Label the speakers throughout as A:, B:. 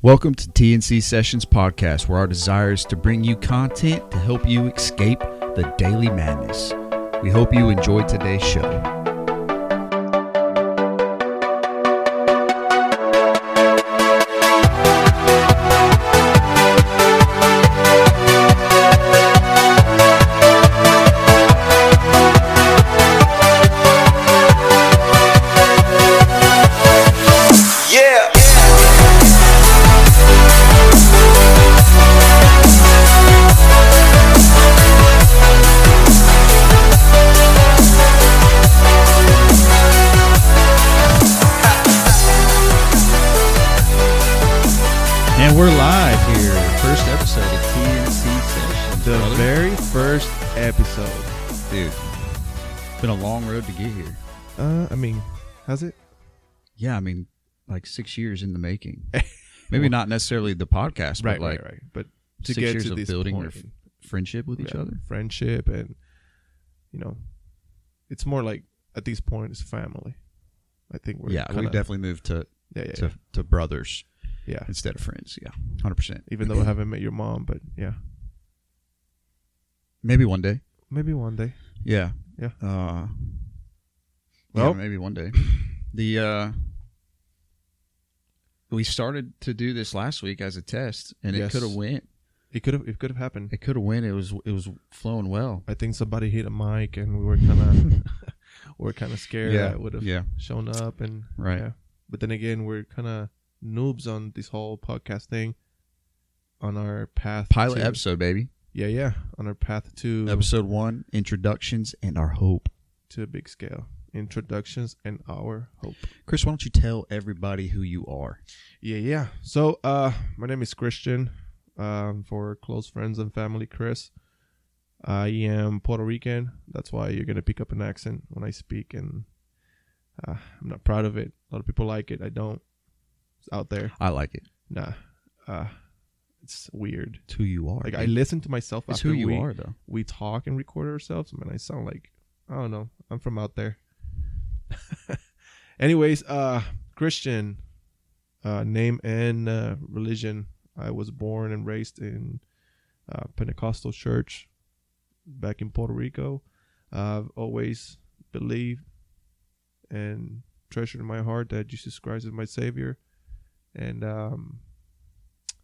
A: Welcome to TNC Sessions Podcast, where our desire is to bring you content to help you escape the daily madness. We hope you enjoy today's show.
B: Yeah.
C: And we're live here. First episode of TNC Sessions.
D: The
C: brother.
D: very first episode.
A: Dude, it's been a long road to get here.
D: Uh, I mean, how's it?
A: Yeah, I mean, like six years in the making. Maybe not necessarily the podcast, but like
D: But to
A: six
D: get
A: years
D: to
A: of
D: this
A: building
D: point,
A: your f- friendship with each
D: yeah,
A: other.
D: friendship, and you know, it's more like at this point it's family. I think we're
A: yeah, we
D: kinda-
A: definitely moved to,
D: yeah yeah,
A: to to brothers
D: yeah, yeah.
A: instead of friends. Yeah, hundred percent.
D: Even though I haven't met your mom, but yeah,
A: maybe one day.
D: maybe one day.
A: Yeah.
D: Yeah.
A: Uh, well,
D: Well-
A: maybe one day. The uh, we started to do this last week as a test, and it
D: Yes.
A: could have went.
D: It could have it could have happened.
A: It could have went. It was it was flowing well.
D: I think somebody hit a mic, and we were kind of we were kind of scared that it would have
A: yeah.
D: shown up, and
A: Right.
D: yeah. But then again, we're kind of noobs on this whole podcast thing. On our path,
A: Pilot
D: to-
A: episode, baby.
D: Yeah, yeah. On our path to
A: Episode one, introductions and our hope.
D: to a big scale. Introductions and our hope.
A: Chris, why don't you tell everybody who you are?
D: Yeah, yeah. So uh my name is Christian. Um for close friends and family, Chris. I am Puerto Rican. That's why you're gonna pick up an accent when I speak and uh, I'm not proud of it. A lot of people like it. I don't. It's out there.
A: I like it.
D: Nah. Uh it's weird.
A: It's who you are.
D: Like I
A: dude.
D: listen to myself
A: it's
D: after
A: who you
D: we,
A: are, though.
D: we talk and record ourselves, man, I sound like I don't know. I'm from out there. Anyways, uh, Christian, uh, name and uh, religion. I was born and raised in uh, Pentecostal church back in Puerto Rico. I've always believed and treasured in my heart that Jesus Christ is my Savior, and um,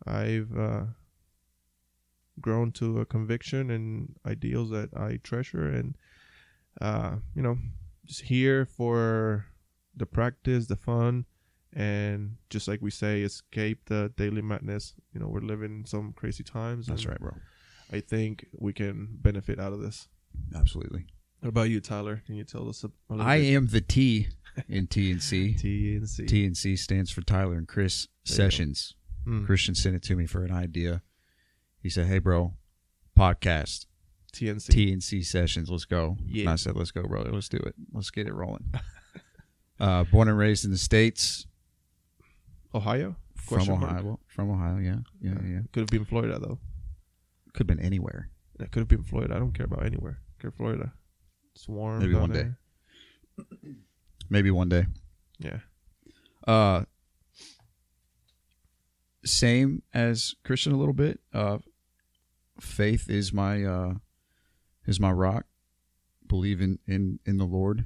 D: I've uh, grown to a conviction and ideals that I treasure and uh, you know just here for the practice the fun and just like we say escape the daily madness you know we're living in some crazy times
A: That's
D: and
A: right, bro.
D: I think we can benefit out of this
A: Absolutely.
D: what about you Tyler can you tell us a a little
A: I
D: bit?
A: am the T in TNC.
D: TNC
A: TNC stands for Tyler and Chris
D: There you go.
A: Sessions.
D: Mm,
A: Christian sent it to me for an idea. He said, "Hey, bro, podcast
D: TNC
A: TNC Sessions. Let's go."
D: Yeah.
A: And I said, "Let's go, brother. Let's do it. Let's get it rolling." uh, born and raised in the states
D: Ohio
A: from
D: Question mark.
A: Ohio. From Ohio, yeah, yeah, yeah.
D: could have been Florida though
A: Could have been anywhere.
D: That could have been Florida. I don't care about anywhere. I care Florida. It's warm.
A: Maybe
D: down
A: one day.
D: there.
A: Maybe one day.
D: Yeah.
A: Uh, same as Christian a little bit. Uh, faith is my uh, is my rock. Believe in, in in the Lord.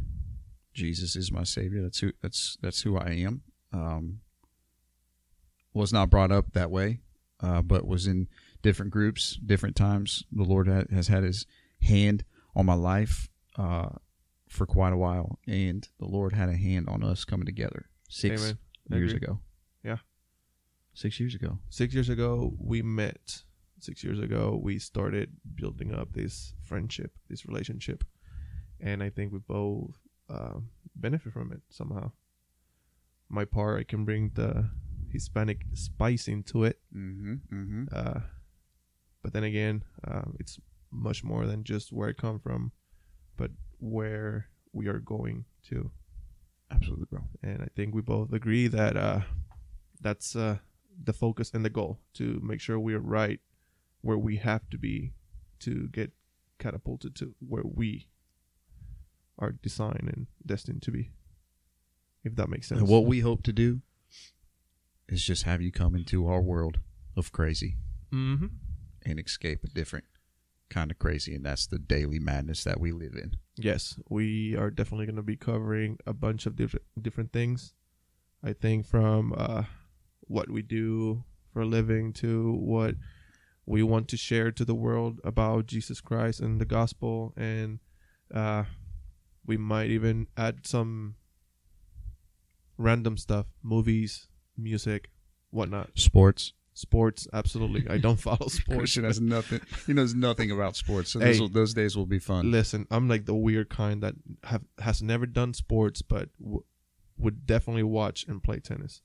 A: Jesus is my savior. That's who that's that's who I am. Um, was not brought up that way, uh, but was in different groups, different times. The Lord ha- has had His hand on my life uh, for quite a while, and the Lord had a hand on us coming together six
D: Amen. I
A: years
D: agree.
A: ago.
D: Yeah.
A: Six years ago.
D: Six years ago, we met. Six years ago, we started building up this friendship, this relationship, and I think we both uh, benefit from it somehow. My part, I can bring the Hispanic spice into it,
A: Mm-hmm. Mm-hmm.
D: uh, but then again, um, it's much more than just where I come from, but where we are going to.
A: Absolutely, bro.
D: and I think we both agree that uh, that's uh, the focus and the goal to make sure we are right where we have to be to get catapulted to where we are designed and destined to be. If that makes sense.
A: And what we hope to do is just have you come into our world of crazy
D: Mm-hmm.
A: and escape a different kind of crazy, and that's the daily madness that we live in.
D: Yes, we are definitely going to be covering a bunch of different different things. I think from uh, what we do for a living to what we want to share to the world about Jesus Christ and the gospel, and uh, we might even add some random stuff, movies, music, whatnot,
A: Sports.
D: sports. Absolutely, I don't follow sports.
A: Christian has nothing. He knows nothing about sports, so those,
D: Hey.
A: will, those days will be fun.
D: Listen, I'm like the weird kind that have has never done sports, but w- would definitely watch and play tennis.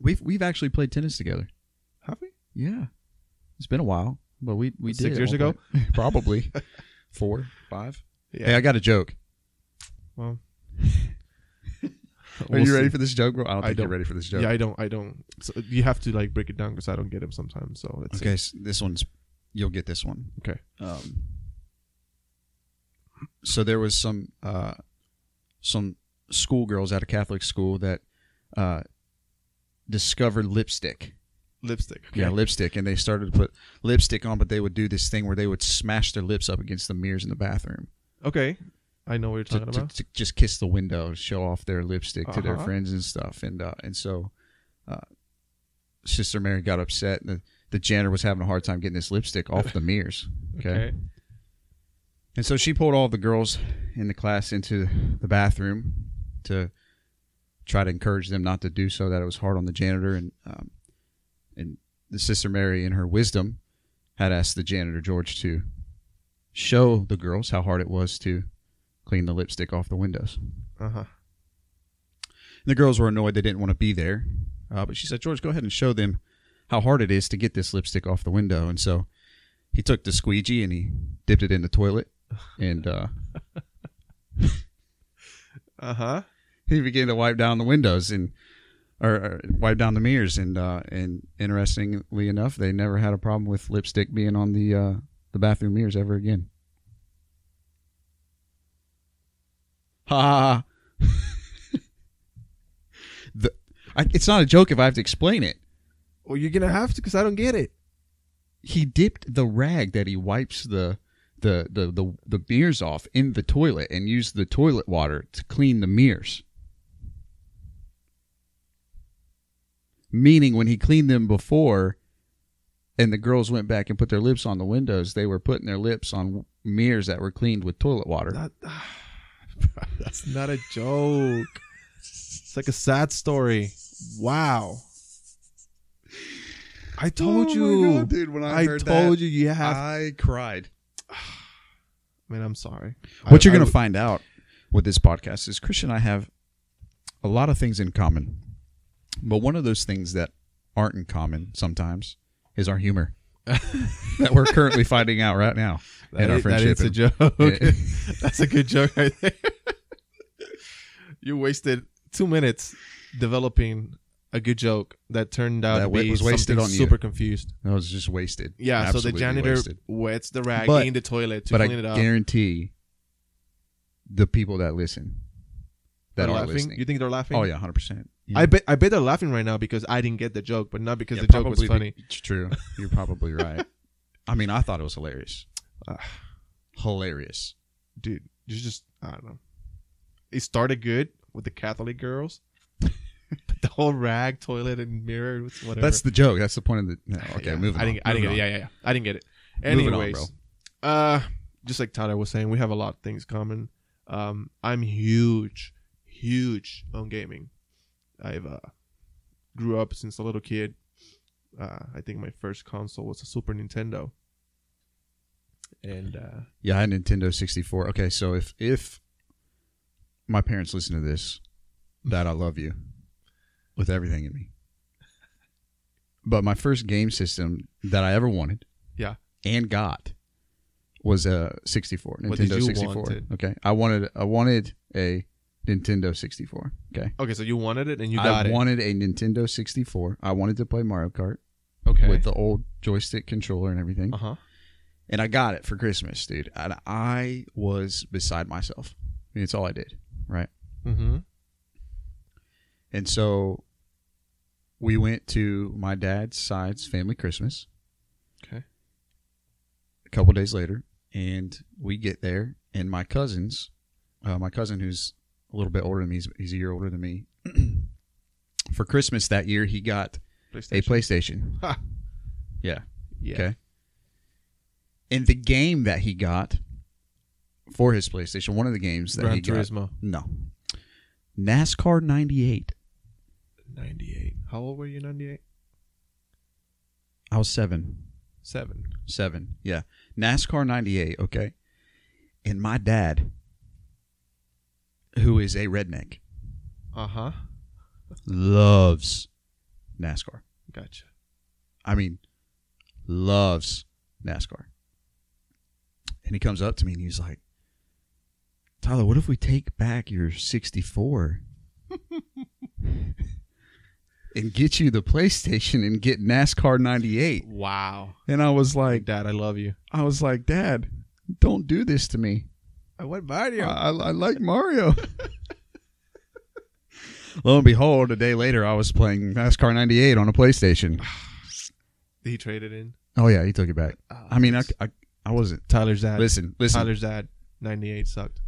A: We've we've actually played tennis together.
D: Have we?
A: Yeah, it's been a while, but we we
D: Six
A: did
D: years
A: all
D: ago?
A: that. probably four, five.
D: Yeah.
A: Hey, I got a joke.
D: Well,
A: Are you ready for this joke, bro? I don't
D: I
A: think
D: don't-
A: you're ready for this joke.
D: Yeah, I don't. I don't. So you have to like break it down because I don't get them sometimes. So it's
A: okay, s this one's you'll get this one.
D: Okay.
A: Um, so there was some uh, some schoolgirls at a Catholic school that uh, discovered lipstick.
D: lipstick. Okay.
A: Yeah, lipstick, and they started to put lipstick on, but they would do this thing where they would smash their lips up against the mirrors in the bathroom
D: okay. I know what you're
A: to,
D: talking
A: to-
D: about.
A: to just kiss the window, show off their lipstick to their
D: Uh-huh.
A: friends and stuff. And uh, and so, uh, Sister Mary got upset, and the, the janitor was having a hard time getting this lipstick off the mirrors. okay. And so she pulled all the girls in the class into the bathroom to try to encourage them not to do so. That it was hard on the janitor, and um, and the sister Mary, in her wisdom, had asked the janitor George to show the girls how hard it was to clean the lipstick off the windows.
D: Uh huh.
A: And the girls were annoyed; they didn't want to be there. Uh, but she said, "George, go ahead and show them how hard it is to get this lipstick off the window." And so he took the squeegee and he dipped it in the toilet, and. Uh,
D: Uh huh.
A: he began to wipe down the windows and or, or wipe down the mirrors and uh, and interestingly enough they never had a problem with lipstick being on the uh, the bathroom mirrors ever again ha, ha, ha. the, I, it's not a joke if i have to explain it
D: Well, you're gonna have to because I don't get it.
A: he dipped the rag that he wipes the the, the, the, the mirrors off in the toilet and used the toilet water to clean the mirrors. Meaning, when he cleaned them before and the girls went back and put their lips on the windows, they were putting their lips on mirrors that were cleaned with toilet water.
D: That, that's not a joke. It's like a sad story. Wow. I told
A: Oh
D: you.
A: dude, when
D: Oh I, told you you have.
A: I cried.
D: I mean, I'm sorry.
A: What
D: I-
A: you're
D: I
A: going to
D: would-
A: find out with this podcast is Christian and I have a lot of things in common. But one of those things that aren't in common sometimes is our humor that we're currently finding out right now
D: That
A: in our
D: is-
A: friendship.
D: that is a
A: And-
D: joke.
A: Yeah.
D: That's a good joke right there. you wasted two minutes developing a good joke that turned out
A: That
D: to
A: wa-
D: be
A: was wasted
D: something
A: on you.
D: super confused.
A: That was just wasted.
D: Yeah, so the
A: Absolutely
D: janitor
A: wasted.
D: wets the rag
A: But-
D: in the toilet to
A: But I
D: clean it up.
A: guarantee the people that listen that
D: They're
A: are
D: laughing.
A: listening.
D: You think they're laughing?
A: Oh yeah, hundred percent.
D: I bet I bet they're laughing right now because I didn't get the joke, but not because
A: Yeah,
D: the joke was
A: probably be-
D: funny.
A: It's true. You're probably right. I mean, I thought it was hilarious.
D: Ah.
A: hilarious.
D: Dude, you just I don't know. It started good with the Catholic girls. but the whole rag, toilet, and mirror, it's whatever.
A: That's the joke. That's the point of the. No, okay,
D: Yeah,
A: moving
D: I
A: on.
D: didn't, I didn't get
A: Moving
D: it. Yeah, yeah, yeah. I didn't get it.
A: Moving on,
D: Anyways, uh, just like Tyler was saying, we have a lot of things common. Um, I'm huge, huge on gaming. I've uh, grew up since a little kid. Uh, I think my first console was a Super Nintendo. And uh,
A: Yeah, I had Nintendo 64. Okay, so if if my parents listen to this, that I love you with everything in me. But my first game system that I ever wanted,
D: Yeah.
A: and got was a 64 Nintendo
D: What did you
A: 64.
D: wanted?
A: Okay, I wanted I wanted a Nintendo 64. Okay,
D: okay, so you wanted it and you
A: I
D: got it.
A: wanted a Nintendo 64. I wanted to play Mario Kart
D: okay.
A: with the old joystick controller and everything.
D: uh huh.
A: and I got it for Christmas, dude. And I was beside myself. I mean, it's all I did, right?
D: Mm-hmm.
A: And so we went to my dad's side's family Christmas.
D: Okay.
A: A couple days later, and we get there, and my cousins, uh, my cousin who's a little bit older than me, he's, he's a year older than me. For Christmas that year, he got a
D: PlayStation.
A: PlayStation.
D: Ha.
A: Yeah.
D: Yeah.
A: Okay. And the game that he got for his PlayStation, one of the games that
D: Gran
A: he got,
D: Turismo.
A: no, NASCAR '98.
D: 98. How old were you in 98?
A: I was seven.
D: Seven.
A: Seven. Yeah. NASCAR 98. Okay. And my dad, who is a redneck,
D: Uh
A: Uh-huh.
D: huh.
A: loves NASCAR.
D: Gotcha.
A: I mean, loves NASCAR. And he comes up to me and he's like, Tyler, what if we take back your 64 and get you the PlayStation and get NASCAR 98?
D: Wow.
A: And I was like,
D: Dad, I love you.
A: I was like, Dad, don't do this to me.
D: I went by you.
A: I, I, I like Mario. Lo and behold, a day later, I was playing NASCAR 98 on a PlayStation.
D: he traded in.
A: Oh, yeah, he took it back.
D: Oh,
A: I mean, I, I,
D: that's-
A: I wasn't.
D: Tyler's dad.
A: Listen, listen.
D: Tyler's dad. 98 sucked.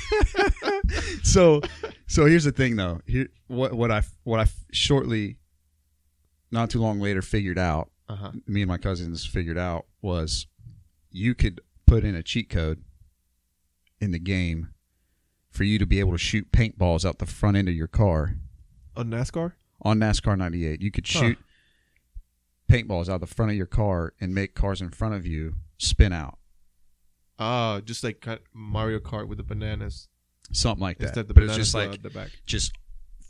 A: so, so here's the thing, though. Here, what what I what I shortly, not too long later, figured out.
D: Uh huh.
A: Me and my cousins figured out was, you could put in a cheat code. In the game, for you to be able to shoot paintballs out the front end of your car
D: Oh, NASCAR?
A: on NASCAR 98, you could
D: Huh.
A: shoot paintballs out the front of your car and make cars in front of you spin out,
D: Oh, just like cut- Mario Kart with the bananas.
A: something like that.
D: Instead of the
A: but it's
D: bananas
A: just
D: were
A: like uh,
D: out the back.
A: just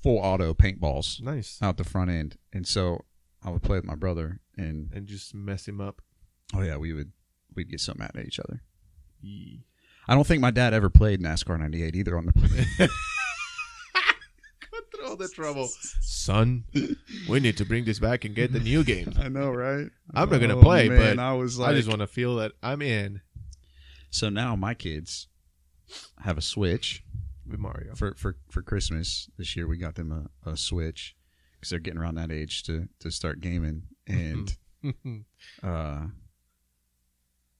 A: full auto paintballs
D: Nice.
A: out the front end. And so I would play with my brother, and
D: And just mess him up.
A: oh yeah, we would we'd get so mad at each other.
D: Yee.
A: I don't think my dad ever played NASCAR '98 either. On the
D: Cut through all the trouble. Son, we need to bring this back and get the new game.
A: I know, right? Oh,
D: I'm not gonna play, but
A: I was
D: I just want to feel that I'm in
A: so now my kids have a Switch
D: with Mario.
A: for for for Christmas this year. We got them a, a Switch because they're getting around that age to to start gaming and. uh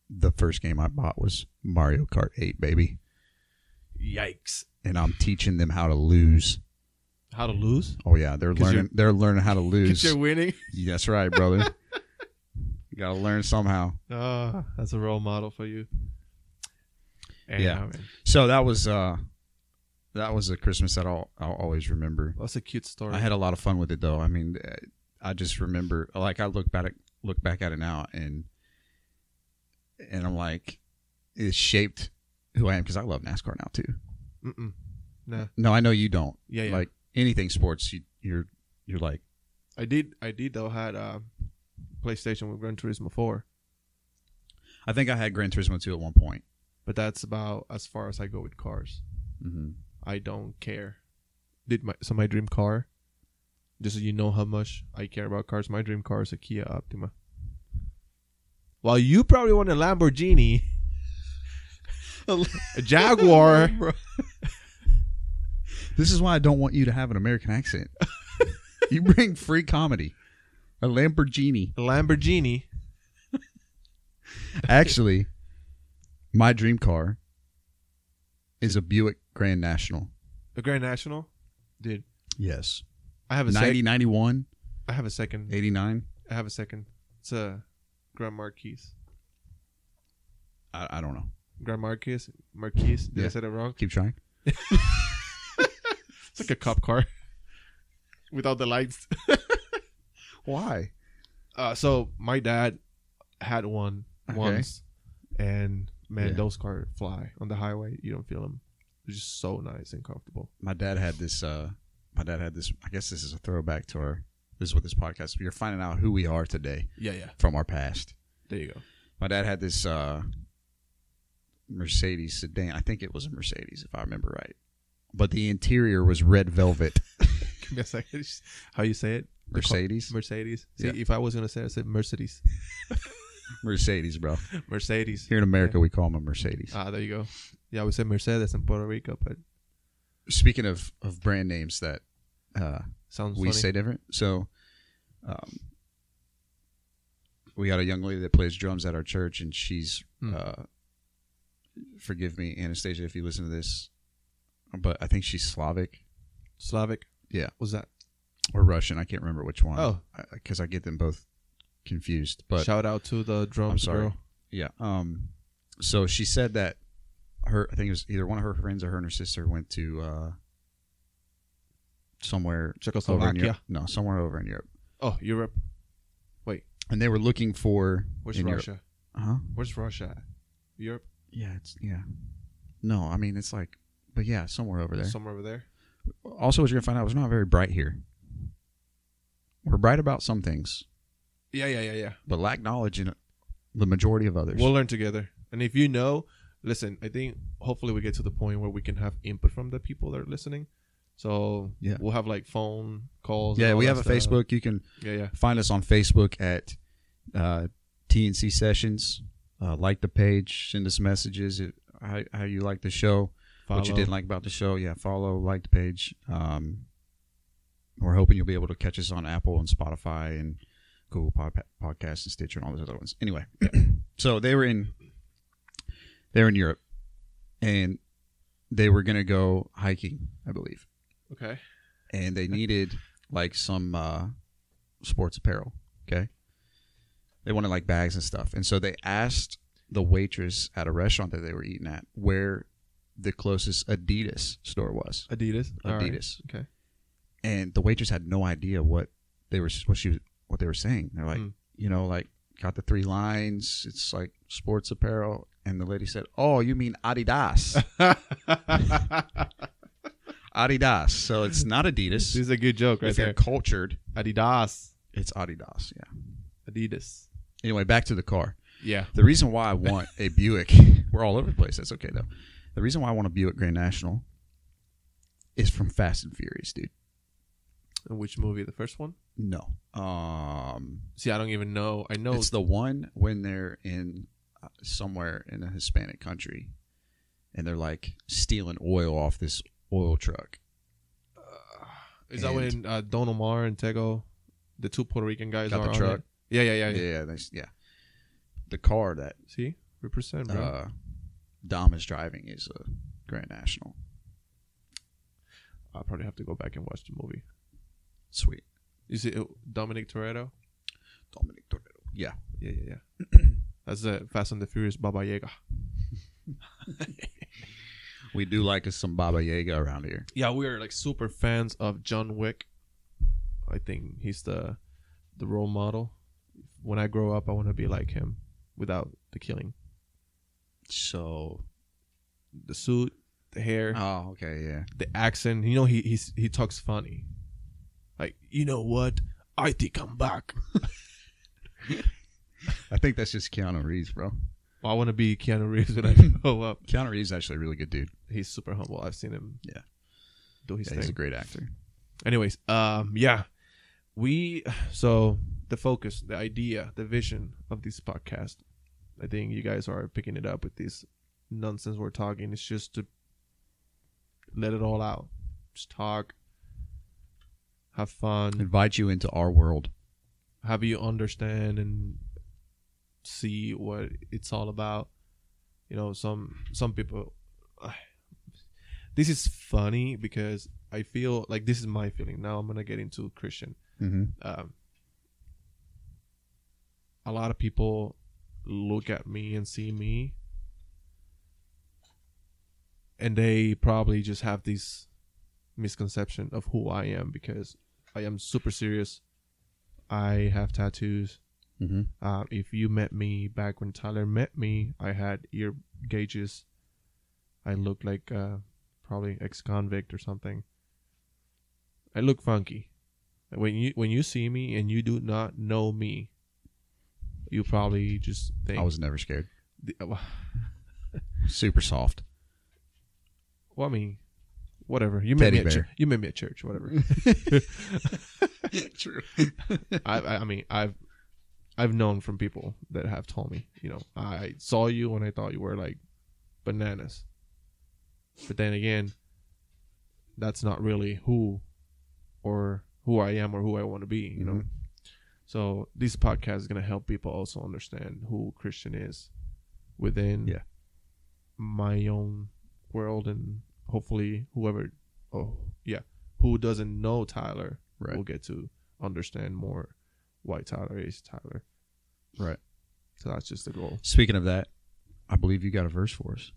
A: the first game I bought was Mario Kart 8, baby.
D: Yikes.
A: And I'm teaching them how to lose.
D: How to lose?
A: Oh yeah, they're
D: 'Cause you're-
A: learning they're learning how to
D: Because
A: lose.
D: you're winning.
A: That's right, brother. you gotta learn somehow.
D: Ah, that's a role model for you.
A: Yeah.
D: man,
A: So that was uh that was a Christmas that I'll I'll always remember.
D: That's a cute story.
A: I had a lot of fun with it though. I mean, I just remember like I look back look back at it now and and I'm like, it shaped who I am because I love NASCAR now too.
D: Mm-mm. Nah.
A: No, I know you don't.
D: Yeah, yeah.
A: like anything sports you, you're you're like
D: I did. I did though. Had uh, PlayStation with Gran Turismo Four,
A: i think i had gran turismo 2 at one point
D: but that's about as far as I go with cars.
A: mm-hmm.
D: I don't care. Did my so my dream car? Just so you know how much I care about cars. My dream car is a Kia Optima. While you probably want a Lamborghini, a Jaguar.
A: this is why i don't want you to have an american accent you bring free comedy a lamborghini
D: a Lamborghini.
A: actually my dream car is a buick grand national
D: A Grand National, dude.
A: yes
D: I have a
A: 90
D: second.
A: 91
D: I have a second.
A: 89
D: I have a second. It's a Grand Marquise.
A: I, I don't know
D: Grand Marquise. Marquise. Did
A: Yeah.
D: I say that wrong?
A: keep trying
D: It's like a cop car without the lights.
A: why
D: Uh, so my dad had one
A: Okay.
D: once, and man,
A: Yeah.
D: those cars fly on the highway. You don't feel them. They're just so nice and comfortable.
A: my dad had this uh my dad had this i guess this is a throwback to our this is what this podcast you're finding out who we are today
D: Yeah, yeah.
A: from our past
D: There you go.
A: my dad had this uh mercedes sedan i think it was a mercedes if i remember right but the interior was red velvet
D: Give me a second. Just How you say it?
A: mercedes
D: Mercedes. See,
A: Yeah.
D: if I was gonna say, it, I said Mercedes.
A: mercedes bro
D: Mercedes.
A: here in america we call them a mercedes
D: Ah, there you go. Yeah, we said Mercedes in Puerto Rico, but
A: speaking of of brand names that uh
D: Sounds
A: we
D: funny.
A: say different. So, um, we got a young lady that plays drums at our church, and she's,
D: Hmm.
A: uh, forgive me, Anastasia, if you listen to this, but I think she's Slavic
D: Slavic.
A: Yeah.
D: Was that?
A: or Russian. I can't remember which one.
D: Oh.
A: because I, get them both confused. But
D: Shout out to the drums
A: I'm sorry.
D: girl.
A: yeah, um, so she said that her, I think it was either one of her friends or her and her sister went to uh, somewhere over in
D: Czechoslovakia.
A: Europe. No, somewhere over in Europe,
D: Oh, Europe.
A: and they were looking for
D: Where's
A: in Europe.
D: Russia?
A: Huh?
D: Where's Russia? Europe.
A: Yeah, it's yeah. No, I mean it's like, but yeah, somewhere over there.
D: Somewhere over there.
A: also, what you're gonna find out was not very bright here. We're bright about some things,
D: Yeah, yeah, yeah, yeah.
A: but lack knowledge in the majority of others.
D: We'll learn together. And if you know, listen, I think hopefully we get to the point where we can have input from the people that are listening. So
A: Yeah.
D: we'll have like phone calls. and
A: yeah,
D: all
A: we
D: that
A: have a
D: stuff.
A: Facebook. You can
D: Yeah, yeah.
A: find us on Facebook at uh, TNC Sessions. Uh, like the page, send us messages. If, how, how you like the show, what you
D: Follow.
A: didn't like about the show. Yeah, follow, like the page. Um, we're hoping you'll be able to catch us on Apple and Spotify and Google Pod- Podcasts and Stitcher and all those other ones. Anyway, so they were in they're in Europe, and they were gonna go hiking, I believe,
D: Okay.
A: and they needed like some uh, sports apparel. Okay, they wanted like bags and stuff, and so they asked the waitress at a restaurant that they were eating at where the closest Adidas store was.
D: Adidas. All right.
A: Adidas.
D: Okay.
A: And the waitress had no idea what they were what she was what they were saying. They're like,
D: Hmm.
A: you know, like got the three lines. It's like sports apparel. And the lady said, "Oh, you mean Adidas? Adidas. So it's not
D: this
A: Adidas.
D: is a good joke right
A: if you're
D: there.
A: cultured,
D: Adidas.
A: it's Adidas. Yeah.
D: Adidas.
A: Anyway, back to the car.
D: Yeah.
A: The reason why I want a Buick, we're all over the place. That's okay though. The reason why I want a Buick Grand National is from Fast and Furious, dude.
D: And which movie? The first one?
A: No, um,
D: See, I don't even know. I know.
A: it's the one when they're in uh, somewhere in a Hispanic country, and they're like stealing oil off this oil truck.
D: is that
A: and-
D: when uh, Don Omar and Tego, the two Puerto Rican guys,
A: Got
D: are
A: the
D: on
A: truck.
D: it? Yeah, yeah,
A: Yeah,
D: yeah, yeah.
A: yeah, that's- yeah. The car that
D: See, represent, bro.
A: uh, Dom is driving is a Grand National.
D: I'll probably have to go back and watch the movie.
A: Sweet,
D: You see, it- Dominic Toretto.
A: Dominic Toretto. Yeah,
D: Yeah, yeah, yeah. That's the Fast and the Furious Baba Yaga.
A: we do like us some Baba Yaga around here.
D: Yeah, we are like super fans of John Wick. I think he's the the role model. When I grow up, I want to be like him without the killing,
A: So
D: the suit, the hair,
A: Oh, okay, yeah.
D: the accent. You know, he he's, he talks funny. Like, you know what? I think I'm back.
A: I think that's just Keanu Reeves, bro.
D: I want to be Keanu Reeves when I grow up.
A: Keanu Reeves is actually a really good dude.
D: He's super humble. I've seen him.
A: Yeah.
D: do his
A: Yeah,
D: thing.
A: he's a great actor.
D: anyways um yeah we so the focus the idea the vision of this podcast i think you guys are picking it up with this nonsense we're talking it's just to let it all out just talk have fun
A: Invite you into our world.
D: have you understand and see what it's all about you know some some people this is funny because i feel like this is my feeling now i'm gonna get into christian
A: Mm-hmm.
D: um, a lot of people look at me and see me and they probably just have this misconception of who i am because i am super serious i have tattoos
A: Mm-hmm.
D: uh, if you met me back when tyler met me i had ear gauges i looked like uh, probably ex-convict or something i look funky when you when you see me and you do not know me you probably just think
A: I was never scared.
D: the-
A: Super soft.
D: well i mean whatever you met
A: Teddy
D: me at
A: bear.
D: chur- you met me at church whatever
A: True.
D: I, I I mean I've I've known from people that have told me, you know, I saw you and I thought you were like bananas. But then again, that's not really who or who I am or who I want to be. You know, so this podcast is gonna help people also understand who Christian is within
A: Yeah.
D: my own world, and hopefully whoever, oh yeah, who doesn't know Tyler
A: Right.
D: will get to understand more why Tyler is Tyler.
A: Right.
D: So that's just the goal.
A: Speaking of that, I believe you got a verse for us.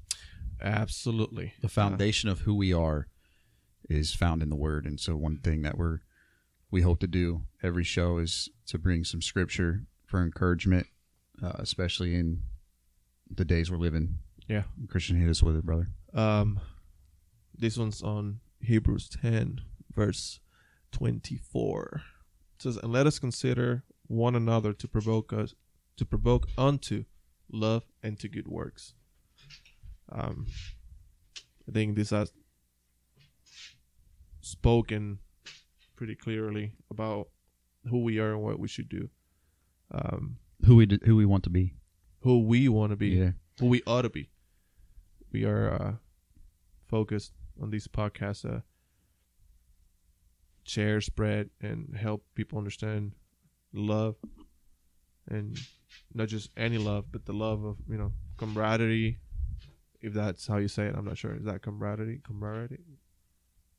D: Absolutely.
A: The foundation of who we are is found in the Word, and so one thing that we're we hope to do every show is to bring some scripture for encouragement, uh, especially in the days we're living.
D: Yeah.
A: Christian, hit us with it, brother.
D: Um, this one's on Hebrews 10, verse 24. It says, "And let us consider one another to provoke us to provoke unto love and to good works." Um, I think this has spoken pretty clearly about who we are and what we should do, um,
A: Who we who we want to be.
D: who we want to be
A: Yeah.
D: who we ought to be. We are uh, focused on these podcasts, uh, share, spread, and help people understand love, and not just any love, but the love of you know camaraderie. If that's how you say it, I'm not sure. Is that camaraderie? Camaraderie?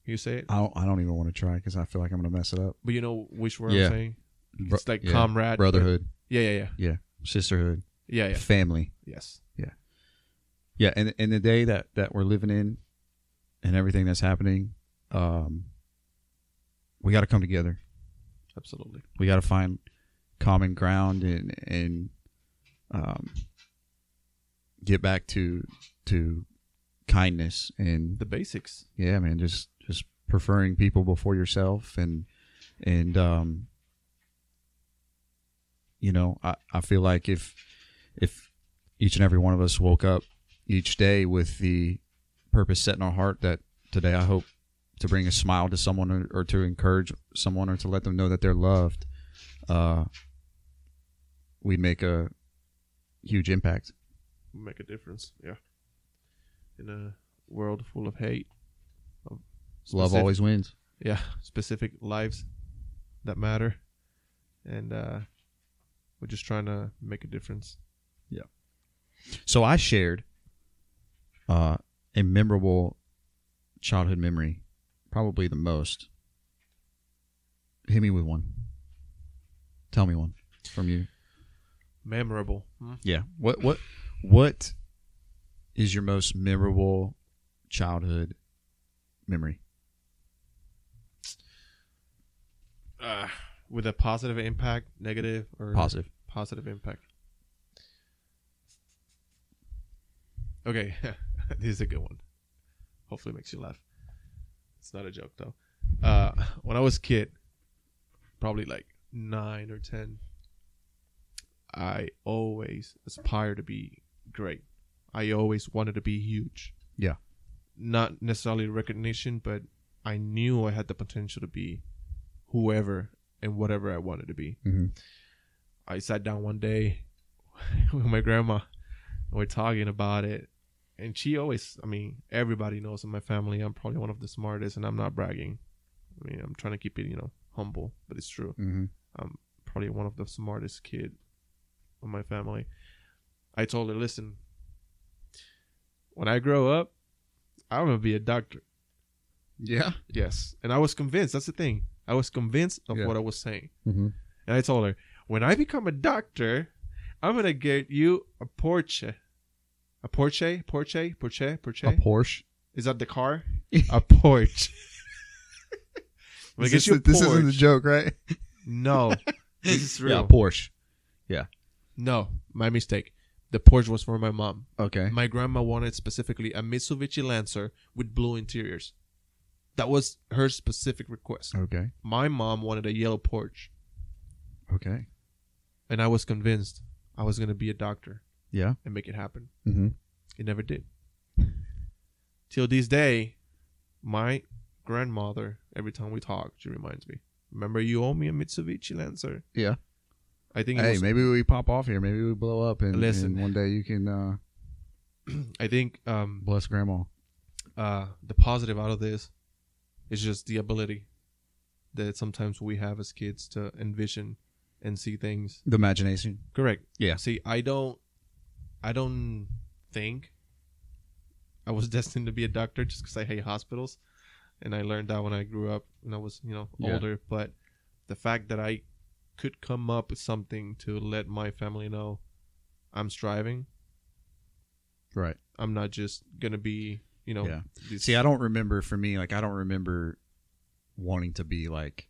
D: You say it,
A: I don't, I don't even want to try because I feel like I'm going to mess it up.
D: but you know which word
A: Yeah.
D: I'm saying.
A: Bro-
D: It's like
A: yeah.
D: comrade, but-
A: brotherhood,
D: Yeah, yeah, yeah,
A: sisterhood,
D: yeah, yeah.
A: family.
D: Yes.
A: yeah and in the day that that we're living in and everything that's happening um we got to come together
D: Absolutely.
A: we got to find common ground and and um get back to to kindness and
D: The basics.
A: yeah man just just preferring people before yourself and and um you know i i feel like if if each and every one of us woke up each day with the purpose set in our heart that today i hope to bring a smile to someone or, or to encourage someone or to let them know that they're loved uh we make a huge impact
D: make a difference. Yeah. In a world full of hate, of
A: love
D: specific-
A: always wins
D: yeah specific lives that matter, and uh, we're just trying to make a difference.
A: So I shared uh, a memorable childhood memory, probably the most. Hit me with one. Tell me one from you.
D: Memorable.
A: Yeah. What what what is your most memorable childhood memory?
D: Uh, with a positive impact, negative or
A: Positive.
D: positive impact. Okay, this is a good one. Hopefully, it makes you laugh. It's not a joke though. Uh, when I was a kid, probably like nine or ten, I always aspired to be great. I always wanted to be huge.
A: Yeah.
D: Not necessarily recognition, but I knew I had the potential to be whoever and whatever I wanted to be.
A: Mhm.
D: I sat down one day with my grandma. and We're talking about it. And she always, I mean, everybody knows in my family, I'm probably one of the smartest, and I'm not bragging. I mean, I'm trying to keep it, you know, humble, but it's true
A: Mm-hmm.
D: probably one of the smartest kid in my family. I told her, listen, when I grow up, I'm gonna be a doctor.
A: Yeah.
D: Yes, and I was convinced. That's the thing. I was convinced of
A: Yeah.
D: what I was saying,
A: Mm-hmm.
D: and I told her, when I become a doctor, I'm gonna get you a Porsche, a Porsche, Porsche, Porsche, Porsche.
A: A Porsche.
D: Is that the car? a Porsche. I'm gonna
A: Is
D: get
A: this
D: you a
A: the- this isn't a
D: Porsche.
A: joke, right?
D: No, this is real.
A: Yeah, Porsche.
D: No, my mistake. The Porsche was for my mom.
A: Okay.
D: My grandma wanted specifically a Mitsubishi Lancer with blue interiors. That was her specific request.
A: Okay.
D: My mom wanted a yellow Porsche,
A: Okay.
D: and I was convinced I was going to be a doctor
A: Yeah.
D: and make it happen.
A: Mm-hmm.
D: It never did. Till this day, my grandmother, every time we talk, she reminds me, Remember, you owe me a Mitsubishi Lancer.
A: Yeah.
D: I think it
A: Hey,
D: was
A: maybe we pop off here. Maybe we blow up, and,
D: Listen.
A: and one day you can uh,
D: I think um,
A: bless grandma.
D: uh, the positive out of this is just the ability that sometimes we have as kids to envision and see things.
A: The imagination.
D: Correct.
A: Yeah.
D: See, I don't, I don't think I was destined to be a doctor just because I hate hospitals, and I learned that when I grew up and I was, you know,
A: Yeah.
D: older. But the fact that I could come up with something to let my family know I'm striving,
A: Right.
D: I'm not just gonna be, you know,
A: Yeah.
D: this-
A: See, I don't remember for me, like, I don't remember wanting to be like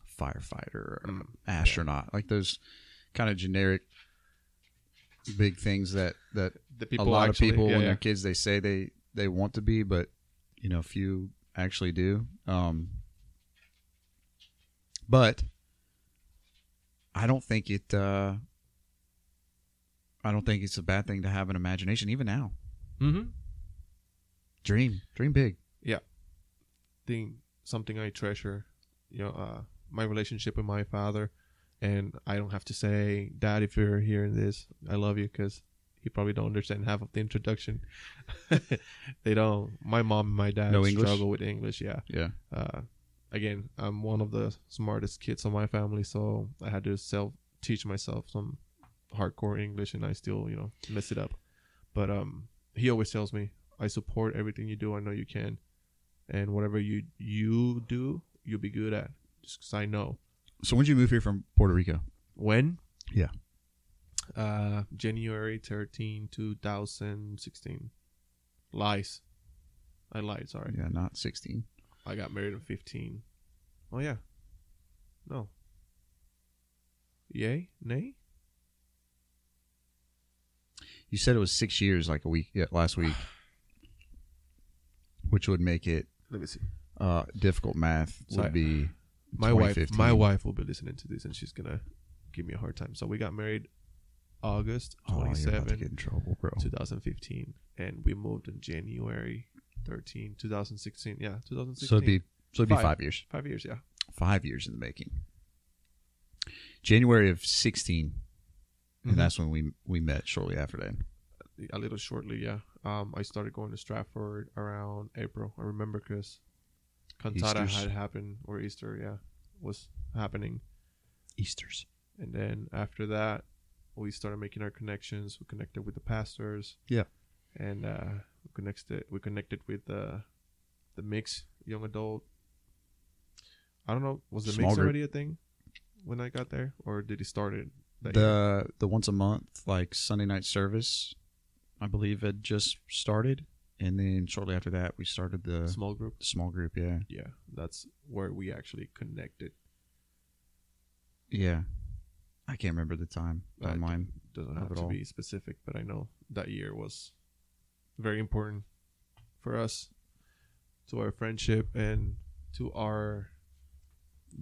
A: a firefighter or
D: Mm,
A: astronaut, like those kind of generic big things that, that
D: the
A: a
D: people
A: lot
D: actually-
A: of people
D: yeah,
A: when
D: yeah.
A: they're kids they say they they want to be but you know few actually do um but i don't think it uh i don't think it's a bad thing to have an imagination even now
D: Mm-hmm.
A: dream dream big
D: thing something I treasure, you know, uh, my relationship with my father, and I don't have to say, Dad, if you're hearing this, I love you because he probably don't understand half of the introduction. they don't. My mom and my dad
A: No English?
D: struggle with English. Yeah.
A: yeah
D: Uh, again, I'm one of the smartest kids of my family, so I had to self teach myself some hardcore English, and I still, you know, mess it up. But um, he always tells me, "I support everything you do. I know you can, and whatever you you do, you'll be good at. Just 'cause I know
A: so when did you move here from puerto rico
D: when."
A: Yeah.
D: Uh, January 13, 2016. Lies. I lied. Sorry.
A: Uh, yeah not 16
D: I got married in 15. Oh, yeah. No. Yay? Nay?
A: you said it was six years like a week yeah last week which would make it
D: Let me see.
A: uh difficult math
D: Sorry.
A: would be
D: My wife,
A: 2015.
D: my wife will be listening to this and she's going to give me a hard time. So we got married August
A: oh you're about to
D: 27,
A: get in trouble bro
D: 2015. And we moved in January 13, 2016. Yeah, 2016.
A: So it'd be so it'd be
D: Five.
A: five years.
D: five years, yeah.
A: Five years in the making. January of 16
D: Mhm.
A: and that's when we we met shortly after that.
D: a little shortly, yeah. Um, I started going to Stratford around April. I remember because Cantata
A: Easter's.
D: had happened, or Easter, yeah, was happening.
A: Easter's.
D: And then after that, we started making our connections. We connected with the pastors.
A: Yeah.
D: And uh, we connected. We connected with the the mix young adult. I don't know. Was the
A: Small
D: mix
A: group.
D: already a thing when I got there, or did it start it? that year?
A: The the once a month like Sunday night service, I believe had just started, and then shortly after that we started the small,
D: small group.
A: group. Yeah,
D: Yeah, that's where we actually connected.
A: yeah. I can't remember the time
D: I
A: online.
D: doesn't
A: Not
D: have
A: at
D: to
A: all.
D: be specific, but I know that year was very important for us to our friendship and to our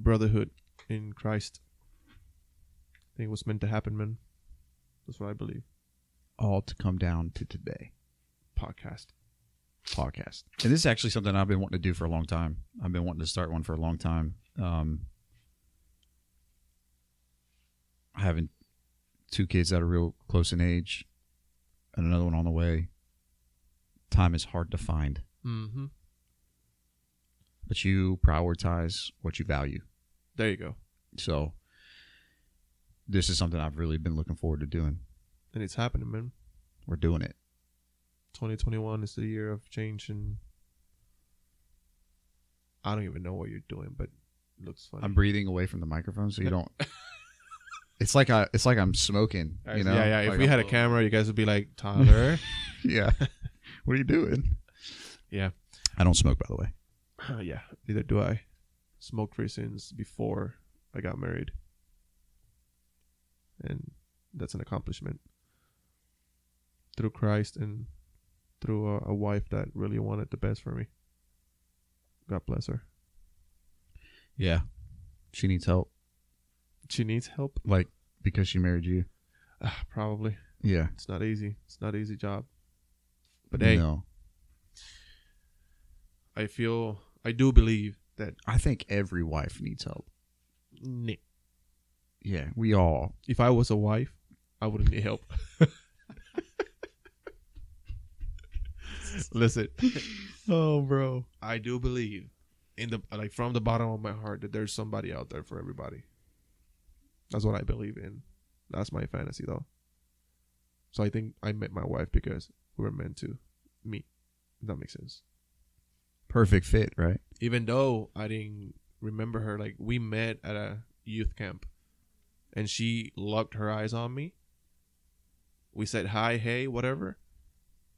D: brotherhood in Christ. I think it was meant to happen, man. That's what I believe.
A: All to come down to today.
D: Podcast.
A: podcast. And this is actually something I've been wanting to do for a long time. I've been wanting to start one for a long time. Um, having two kids that are real close in age and another one on the way, time is hard to find,
D: Mm-hmm.
A: but you prioritize what you value.
D: There you go.
A: So this is something I've really been looking forward to doing.
D: And it's happening, man.
A: We're doing it.
D: 2021 is the year of change, and I don't even know what you're doing, but it looks funny.
A: I'm breathing away from the microphone so you don't. It's like I, it's like I'm smoking, you know.
D: yeah, yeah. If
A: Like
D: we
A: I'm-
D: had a camera, you guys would be like Tyler.
A: yeah. What are you doing?
D: Yeah.
A: I don't smoke, by the way.
D: yeah, neither do I. Smoked free since before I got married, and that's an accomplishment through Christ and through a, a wife that really wanted the best for me. God bless her.
A: Yeah. She needs help.
D: She needs help,
A: Like, because she married you.
D: Ah, probably.
A: Yeah.
D: It's not easy. It's not an easy job. But
A: no.
D: hey, I feel I do believe that
A: I think every wife needs help.
D: Nick
A: Yeah. We all.
D: if I was a wife, I wouldn't need help. Listen,
A: Oh, bro.
D: I do believe in the like from the bottom of my heart that there's somebody out there for everybody. That's what I believe in. That's my fantasy though. So I think I met my wife because we were meant to meet. If that makes sense.
A: Perfect fit, right?
D: Even though I didn't remember her, like we met at a youth camp and she locked her eyes on me. We said hi, hey, whatever.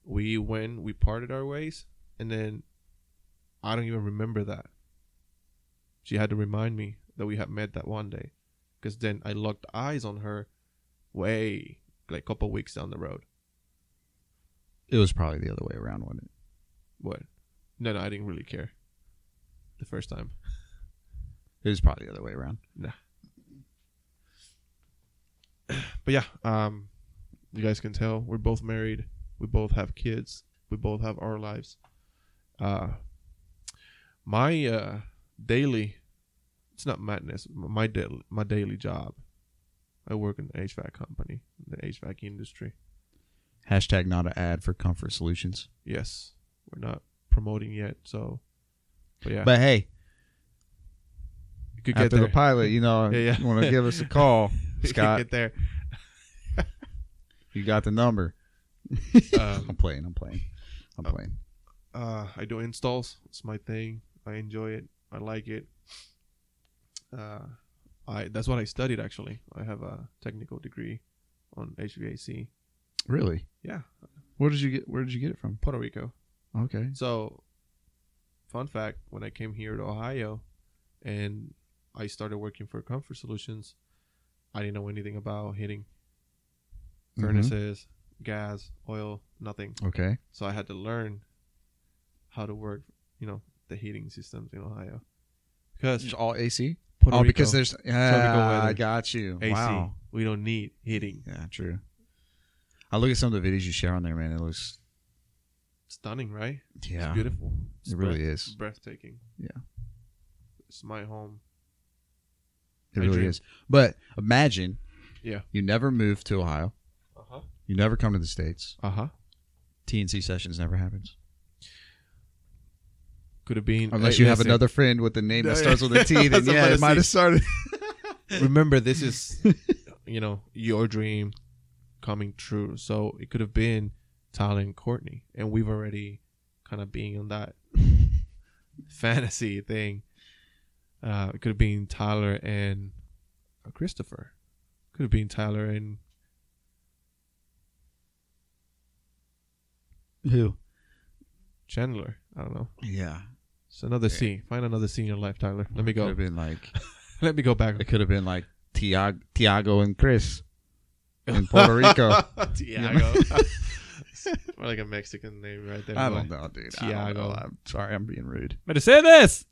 D: We went, we parted our ways, and then I don't even remember that. She had to remind me that we had met that one day, because then I locked eyes on her, way like a couple weeks down the road.
A: It was probably the other way around, wasn't it?
D: What? No, no, I didn't really care. The first time.
A: It was probably the other way around.
D: but yeah, um, you guys can tell we're both married. We both have kids. We both have our lives. Uh, my uh, daily, it's not madness. My daily, my daily job. I work in an HVAC company, the HVAC industry.
A: Hashtag not an ad for Comfort Solutions.
D: Yes, we're not promoting yet, so. But yeah,
A: But hey,
D: you could
A: after the pilot, you know,
D: Yeah, yeah.
A: you want to give us a call,
D: You could
A: Scott.
D: get there.
A: You got the number.
D: Um,
A: I'm playing. I'm playing. I'm
D: Oh.
A: playing.
D: uh, I do installs. It's my thing. I enjoy it. I like it. Uh, I that's what I studied actually. I have a technical degree on HVAC.
A: Really?
D: Yeah,
A: Where did you get? Where did you get it from?
D: Puerto Rico.
A: Okay.
D: So, fun fact: when I came here to Ohio, and I started working for Comfort Solutions, I didn't know anything about heating,
A: Mm-hmm.
D: furnaces, gas, oil, nothing.
A: Mhm. Okay.
D: So I had to learn how to work, you know, the heating systems in Ohio. Because
A: Just all AC.
D: Puerto
A: oh,
D: Rico,
A: because there's.
D: weather.
A: Ah, I got you.
D: AC,
A: Wow.
D: we don't need heating.
A: Yeah, true. I look at some of the videos you share on there, man. It looks.
D: Stunning, right?
A: Yeah.
D: It's beautiful. It's
A: It really
D: breath-
A: is.
D: breathtaking.
A: Yeah.
D: It's my home.
A: It
D: I
A: really
D: dream.
A: is. But imagine.
D: Yeah.
A: You never moved to Ohio.
D: Uh huh.
A: You never come to the states.
D: Uh huh.
A: TNC sessions never happens
D: Could have been
A: unless
D: Hey,
A: you have
D: listen.
A: another friend with a name that
D: Yeah,
A: starts with a T.
D: I
A: Then
D: was
A: yeah,
D: about
A: it
D: to
A: might have started.
D: Remember, this is you know your dream coming true. So it could have been Tyler and Courtney, and we've already kind of been on that fantasy thing. Uh, it could have been Tyler and uh, Christopher. Could have been Tyler and
A: Who?
D: Chandler. I don't know.
A: Yeah.
D: It's another C. Find another C in your life, Tyler. Let me
A: Could
D: go.
A: have been like
D: Let me go back.
A: it could have been like Tiago, Tiago and Chris in Puerto Rico.
D: Tiago. More like a Mexican name right there.
A: I
D: boy.
A: don't know, dude. I don't
D: Tiago.
A: know. I'm sorry, I'm being rude.
C: Better say this.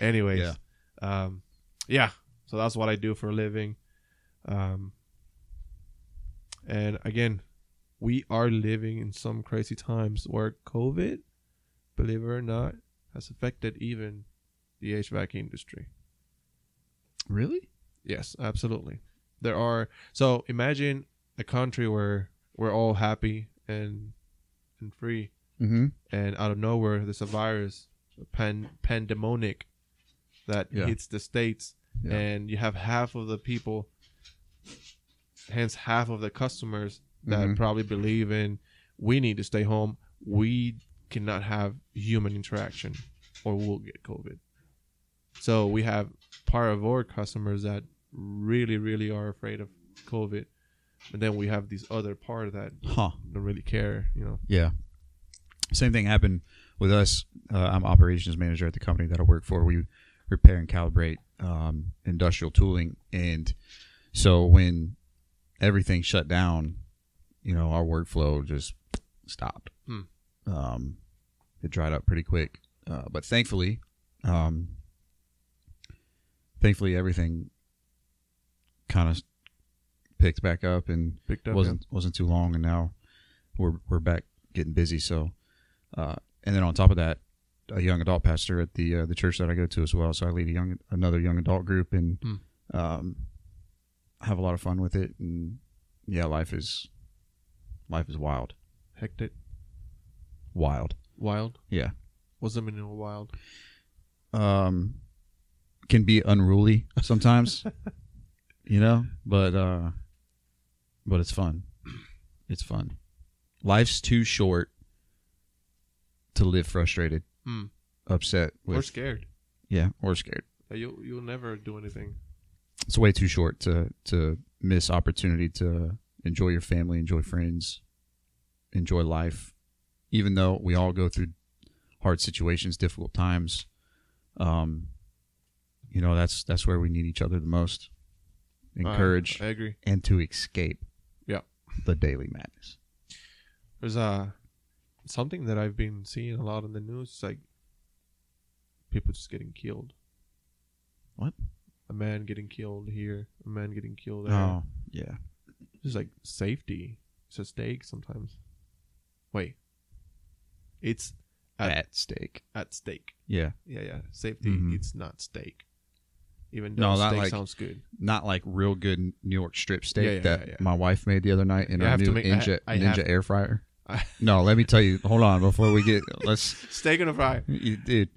D: Anyways,
A: Yeah.
D: um, yeah. So that's what I do for a living. Um, and again, we are living in some crazy times where COVID, believe it or not, has affected even the HVAC industry.
A: Really?
D: Yes, absolutely. There are so imagine a country where we're all happy and and free,
A: Mm-hmm.
D: and out of nowhere there's a virus, a pan, pandemonic, that
A: Yeah.
D: hits the states,
A: Yeah.
D: and you have half of the people, hence half of the customers that
A: Mhm.
D: probably believe in we need to stay home. We cannot have human interaction, or we'll get COVID. So we have part of our customers that really, really are afraid of COVID, and then we have this other part that
A: Huh.
D: don't really care. You know,
A: Mm-hmm. Yeah. Same thing happened with us. Uh, I'm operations manager at the company that I work for. We repair and calibrate um, industrial tooling, and so when everything shut down, you know, our workflow just stopped.
D: Hmm.
A: Um, it dried up pretty quick, uh, but thankfully, um, thankfully everything kind of picked back up and
D: picked up.
A: wasn't wasn't too long, and now we're we're back getting busy. So, uh, and then on top of that, a young adult pastor at the uh, the church that I go to as well. So I lead a young another young adult group and
D: Hmm.
A: um, have a lot of fun with it. And yeah, life is life is wild,
D: hectic.
A: wild.
D: Wild.
A: Yeah.
D: What's the meaning of wild?
A: um, can be unruly sometimes, you know. But uh, but it's fun. It's fun. Life's too short to live frustrated,
D: Hmm.
A: upset with,
D: We're scared.
A: yeah, or scared.
D: Like, you you'll never do anything.
A: It's way too short to to miss opportunity to enjoy your family, enjoy friends, enjoy life. Even though we all go through hard situations, difficult times, um, you know that's that's where we need each other the most. Encourage
D: I, I agree.
A: and to escape.
D: Yeah.
A: the daily madness.
D: There's uh something that I've been seeing a lot in the news. It's like people just getting killed.
A: What?
D: A man getting killed here. A man getting killed there.
A: Oh yeah,
D: It's like safety. It's a stake sometimes. Wait. It's
A: at,
D: At-
A: stake.
D: at stake.
A: Yeah,
D: Yeah, yeah. Safety.
A: Mhm.
D: It's not steak. Even
A: No,
D: though
A: not
D: steak
A: like-
D: sounds good.
A: not like real good New York strip steak
D: Yeah, yeah,
A: that
D: yeah, yeah.
A: my wife made the other night in
D: I
A: our
D: have to
A: new
D: make- I ha-
A: Ninja,
D: I
A: Ninja
D: have-
A: air fryer.
D: I-
A: No, let me tell you. Hold on, before we get let's
D: Steak and a fry.
A: You- dude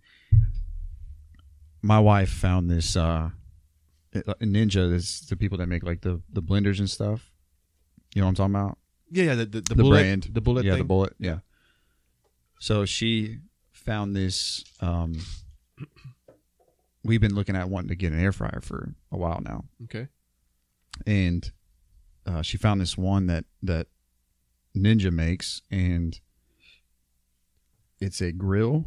A: my wife found this uh ninja this the people that make like the the blenders and stuff you know what i'm talking about
D: Yeah, yeah. The, the,
A: The
D: the, bullet,
A: brand.
D: The bullet
A: yeah
D: thing.
A: the bullet yeah so she found this um we've been looking at wanting to get an air fryer for a while now
D: okay.
A: and uh, she found this one that that Ninja makes, and it's a grill,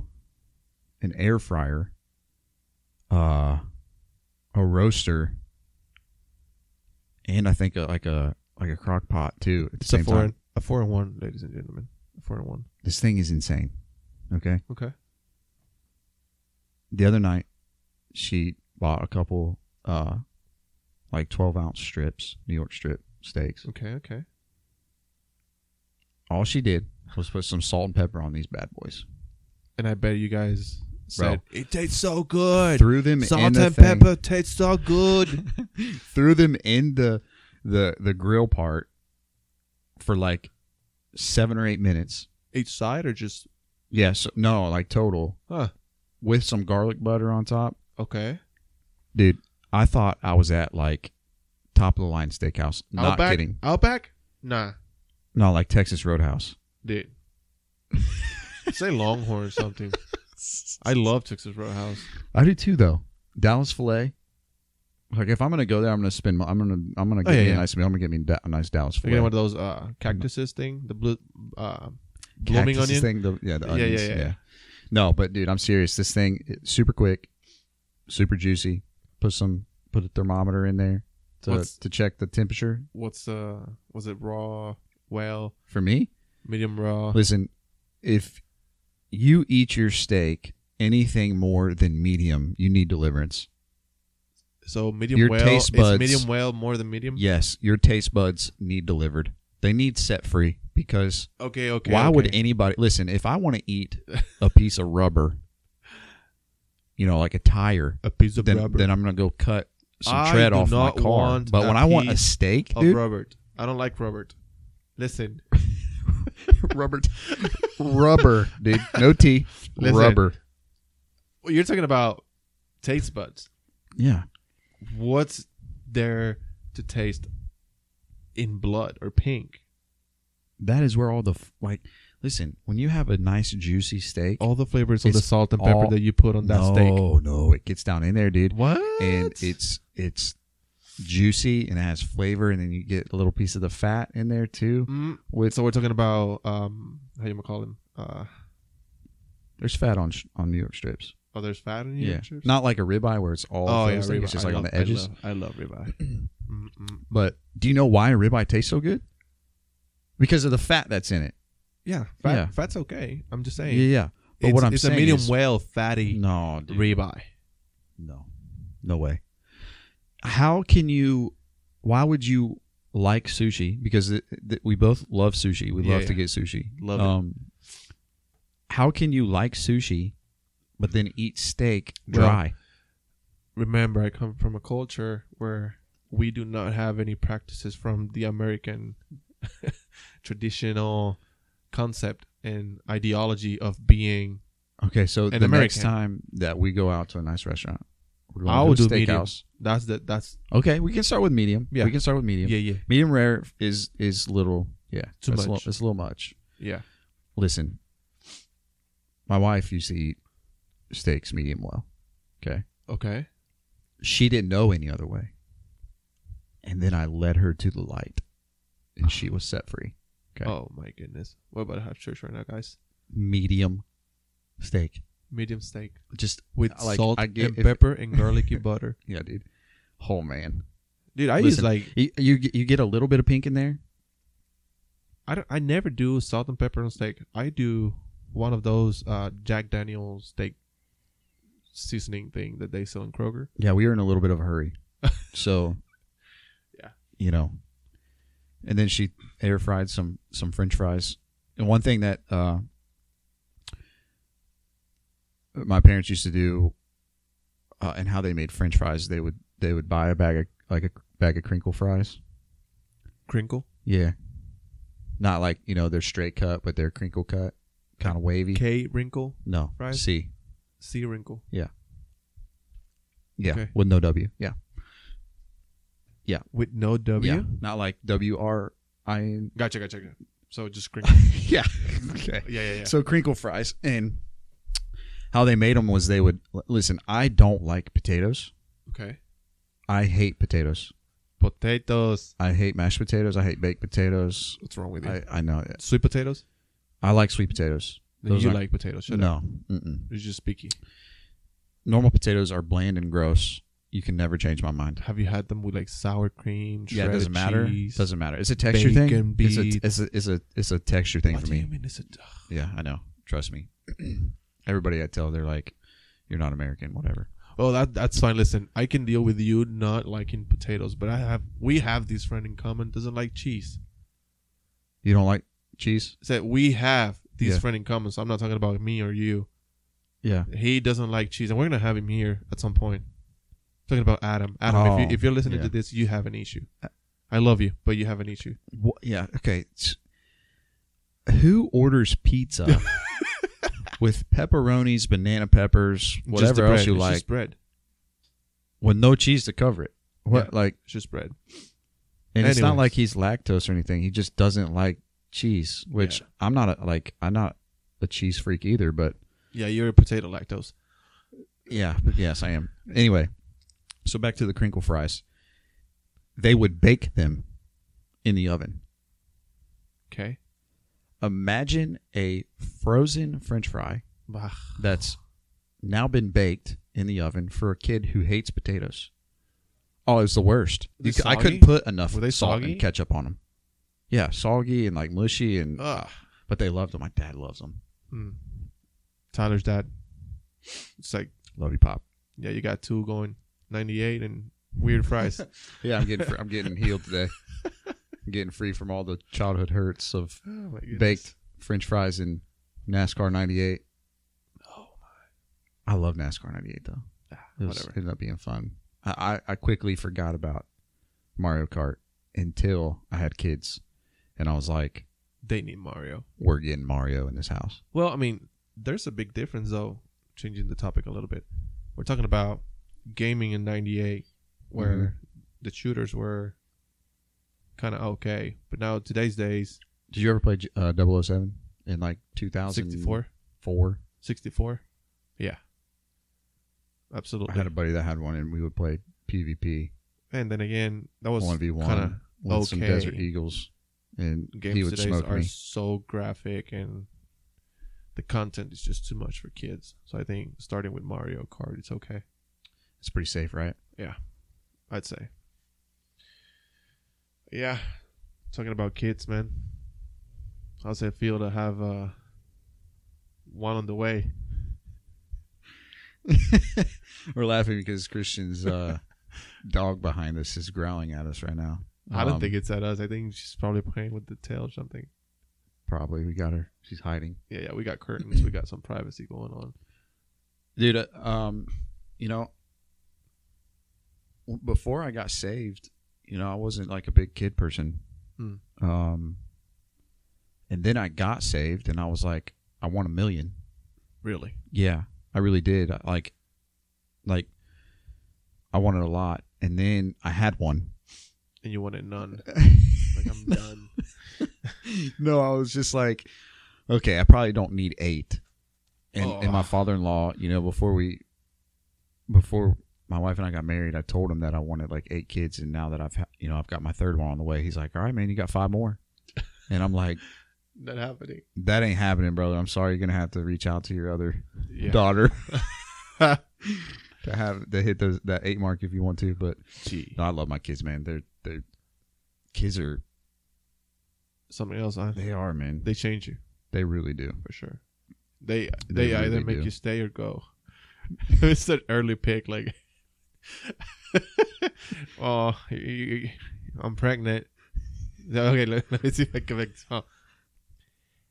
A: an air fryer, uh, a roaster, and I think a, like a like a crock pot too. At the
D: It's
A: same
D: a foreign
A: time,
D: a four and one, ladies and gentlemen. A four and one.
A: this thing is insane. Okay,
D: Okay.
A: the other night she bought a couple uh like twelve ounce strips, New York strip steaks.
D: Okay, okay.
A: All she did was put some salt and pepper on these bad boys.
D: And I bet you guys
A: said,
D: said it tastes so good.
A: Threw them in
D: Salt
A: the
D: and
A: thing,
D: pepper tastes so good.
A: Threw them in the the the grill part for like seven or eight minutes.
D: Each side or just
A: Yes, no, like total
D: huh?
A: with some garlic butter on top,
D: Okay.
A: dude. I thought I was at like top of the line steakhouse. Not
D: Outback.
A: kidding.
D: Outback? Nah,
A: No, like Texas Roadhouse.
D: dude. Say Longhorn or something. I love Texas Roadhouse.
A: I do too, though. Dallas Filet. Like if I'm gonna go there, I'm gonna spend. mo- I'm gonna. I'm gonna
D: Oh,
A: get
D: yeah,
A: me a
D: yeah.
A: nice meal. I'm gonna get me da- a nice Dallas
D: I get
A: Filet.
D: one of those uh, cactuses thing, the blue, uh, blooming
A: blooming
D: onion.
A: thing. The, yeah, the
D: Yeah,
A: onions,
D: yeah,
A: yeah,
D: yeah.
A: No, but dude, I'm serious. This thing it- super quick, super juicy. Put some put a thermometer in there to
D: What's-
A: to check the temperature.
D: What's uh? Was it raw, well,
A: For me,
D: medium raw?
A: listen, if you eat your steak anything more than medium, you need deliverance.
D: So medium
A: Your
D: well.
A: taste buds-
D: Is medium well more than medium?
A: Yes, your taste buds need delivered. They need set free because
D: Okay. Okay.
A: Why would
D: okay.
A: anybody listen? If I want to eat a piece of rubber, you know, like a tire,
D: a piece of
A: then,
D: rubber?
A: then I'm gonna go cut some
D: I
A: tread
D: do
A: off my
D: not
A: car.
D: want
A: but
D: a
A: when I want a
D: piece
A: steak,
D: of
A: dude,
D: Robert. I don't like Robert. Listen,
A: rubber, rubber, dude, no tea,
D: Listen.
A: rubber.
D: well, you're talking about taste buds.
A: Yeah,
D: What's there to taste in blood or pink?
A: that is where all the f- like. Listen, when you have a nice juicy steak,
D: All the flavors
A: of
D: of
A: the
D: the
A: It's
D: salt and
A: pepper
D: pepper
A: all- that
D: that you put on Oh, that
A: no,
D: steak.
A: no, it gets down in there, dude.
D: What?
A: and it's it's juicy and it has flavor, and then you get a little piece of the fat in there too.
D: Mm,
A: With
D: so we're talking about um how you gonna call him? Uh,
A: There's fat on sh- on New York strips.
D: oh, there's fat in your
A: Yeah,
D: chips?
A: not like a ribeye where it's all
D: oh yeah,
A: things.
D: ribeye.
A: It's just
D: I
A: like on
D: love-
A: the edges.
D: I love, I love ribeye. Mm-mm.
A: But do you know why a ribeye tastes so good? Because of the fat that's in it.
D: yeah, fat,
A: Yeah.
D: fat's okay. I'm just
A: Yeah,
D: saying.
A: yeah. But
D: it's,
A: what I'm
D: it's
A: saying
D: a medium
A: is,
D: well fatty
A: no, dude,
D: ribeye.
A: no, no way. How can you? Why would you like sushi? Because it, th- we both love sushi. We
D: Yeah,
A: love to
D: yeah.
A: get sushi.
D: Love it.
A: um, How can you like sushi, but then eat steak
D: Well,
A: dry?
D: remember I come from a culture where we do not have any practices from the American traditional concept and ideology of being
A: Okay, so the next
D: American.
A: time that we go out to a nice restaurant, we're going
D: I
A: to
D: would
A: a
D: do medium.
A: steakhouse.
D: that's the that's
A: Okay, we can start with medium.
D: Yeah.
A: we can start with medium.
D: yeah yeah
A: Medium rare is is little. Yeah,
D: Too
A: that's A
D: much.
A: little, it's a little much.
D: yeah
A: Listen, my wife used to eat steaks medium well. Okay,
D: okay
A: she didn't know any other way, and then I led her to the light, and she was set free. Okay.
D: oh my goodness we're about to have church right now guys
A: Medium steak,
D: medium steak
A: just
D: with
A: like,
D: salt
A: I get
D: and
A: if-
D: pepper and garlicky butter
A: yeah, dude. Oh man,
D: dude I use
A: Listen.
D: like
A: you you, get- you get a little bit of pink in there.
D: I don't, I never do salt and pepper on steak I do one of those uh, Jack Daniel's steak seasoning thing that they sell in Kroger
A: Yeah, we were in a little bit of a hurry. So
D: Yeah.
A: You know. And then she air fried some some french fries. And one thing that uh my parents used to do uh, and how they made french fries, they would they would buy a bag of like a bag of crinkle fries.
D: crinkle
A: Yeah. Not like, you know, they're straight cut, but they're crinkle cut, kind of wavy.
D: K wrinkle
A: no.
D: fries?
A: C.
D: C wrinkle
A: Yeah.
D: Okay.
A: With no W. Yeah.
D: with no W
A: Yeah. Not like W R I N.
D: gotcha gotcha gotcha so just crinkle
A: Yeah. okay.
D: yeah yeah yeah
A: So crinkle fries and how they made them was they would l- listen. I don't like potatoes.
D: okay
A: I hate potatoes.
D: potatoes
A: I hate mashed potatoes. I hate baked potatoes.
D: what's wrong with you
A: I, I know. it.
D: sweet potatoes
A: I like sweet potatoes.
D: Then
A: Those
D: you
A: aren't-
D: like potatoes shut up
A: No, mm-mm.
D: you're just picky
A: normal potatoes are bland and gross. You can never change my mind.
D: Have you had them with like sour cream?
A: Yeah,
D: Shredded
A: it doesn't matter.
D: Cheese?
A: Doesn't matter. It's a texture
D: Bacon
A: thing. It's a,
D: bits.
A: it's a it's a it's a texture thing
D: what
A: for
D: do
A: me.
D: you mean it's a ugh.
A: Yeah, I know. Trust me. Everybody I tell, they're like, "You're not American." Whatever.
D: Oh, that that's fine. Listen, I can deal with you not liking potatoes, but I have we have this friend in common doesn't like cheese.
A: You don't like cheese?
D: It's that we have this
A: Yeah.
D: friend in common. So I'm not talking about me or you.
A: Yeah.
D: He doesn't like cheese, and we're gonna have him here at some point. talking about Adam. Adam, if
A: Oh,
D: you if you're listening
A: yeah.
D: to this, you have an issue. I love you, but you have an issue.
A: Wha yeah. Okay. It's- who orders pizza with pepperonis, banana peppers,
D: Just
A: whatever
D: the
A: else
D: bread.
A: you
D: It's
A: like,
D: Just bread.
A: with no cheese to cover it? What like?
D: It's just bread.
A: And it's not
D: Anyways.
A: like he's lactose or anything. He just doesn't like cheese. Which
D: Yeah.
A: I'm not a, like. I'm not a cheese freak either. But
D: Yeah, you're a potato lactose.
A: yeah. But yes, I am. Anyway, so back to the crinkle fries. They would bake them in the oven.
D: Okay.
A: Imagine a frozen French fry
D: Bah.
A: that's now been baked in the oven for a kid who hates potatoes. Oh, it was the worst.
D: They
A: You c- I couldn't
D: soggy?
A: put enough
D: Were they
A: salt
D: soggy?
A: and ketchup on them. Yeah, soggy and like mushy and
D: Ugh.
A: but they loved them. My dad loves them.
D: Hmm. Tyler's dad. It's like,
A: Love you, pop.
D: yeah, you got two going, 98 and weird fries.
A: Yeah, I'm getting fr- I'm getting healed today. I'm getting free from all the childhood hurts of
D: oh my goodness.
A: baked French fries and NASCAR '98.
D: Oh
A: I love NASCAR '98 though.
D: my.
A: It was,
D: Whatever.
A: ended up being fun. I, I, I quickly forgot about Mario Kart until I had kids, and I was like,
D: They need Mario.
A: "We're getting Mario in this house."
D: Well, I mean, there's a big difference though. Changing the topic a little bit, we're talking about gaming in '98, where
A: Mm-hmm.
D: the shooters were kind of okay, but now today's days,
A: Did you ever play uh, 007 in like 2004?
D: 64, 64, yeah,
A: I
D: absolutely.
A: had a buddy that had one, and we would play PvP
D: and then again, that was
A: one v
D: kind of
A: one with some
D: okay.
A: Desert Eagles, and he
D: games
A: would
D: today
A: smoke
D: are
A: me.
D: so graphic and the content is just too much for kids. So I think starting with Mario Kart, it's okay.
A: It's pretty safe, right?
D: I'd say. Yeah, talking about kids, man. How's it feel to have uh, one on the way?
A: We're laughing because Christian's uh, dog behind us is growling at us right now.
D: I don't
A: Um,
D: think it's at us. I think she's probably playing with the tail or something.
A: probably we got her. She's hiding.
D: Yeah, yeah, we got curtains. we got some privacy going on.
A: dude uh, um you know w- before i got saved you know i wasn't like a big kid person
D: Mm.
A: um And then I got saved and I was like, I want a million.
D: Really?
A: Yeah, I really did. I- Like, like I wanted a lot. And then I had one.
D: And you wanted none. Like I'm done.
A: no, I was just like, okay, I probably don't need eight. And and my
D: Oh.
A: father in law, you know, before we, before my wife and I got married, I told him that I wanted like eight kids, and now that I've ha- you know I've got my third one on the way, he's like, all right, man, you got five more, and I'm like,
D: Not happening.
A: that ain't happening, brother. I'm sorry, you're gonna have to reach out to your other
D: Yeah.
A: daughter to have to hit those that eight mark if you want to, but
D: Gee.
A: no, I love my kids, man. They're they're kids are
D: Something else. I,
A: they are man. They,
D: they change you
A: they really do.
D: for sure.
A: They
D: They they
A: really
D: either make
A: do.
D: you stay or go. it's an early pick. Like, oh, you, you- I'm pregnant. Okay, let, let me see if I can make. Oh.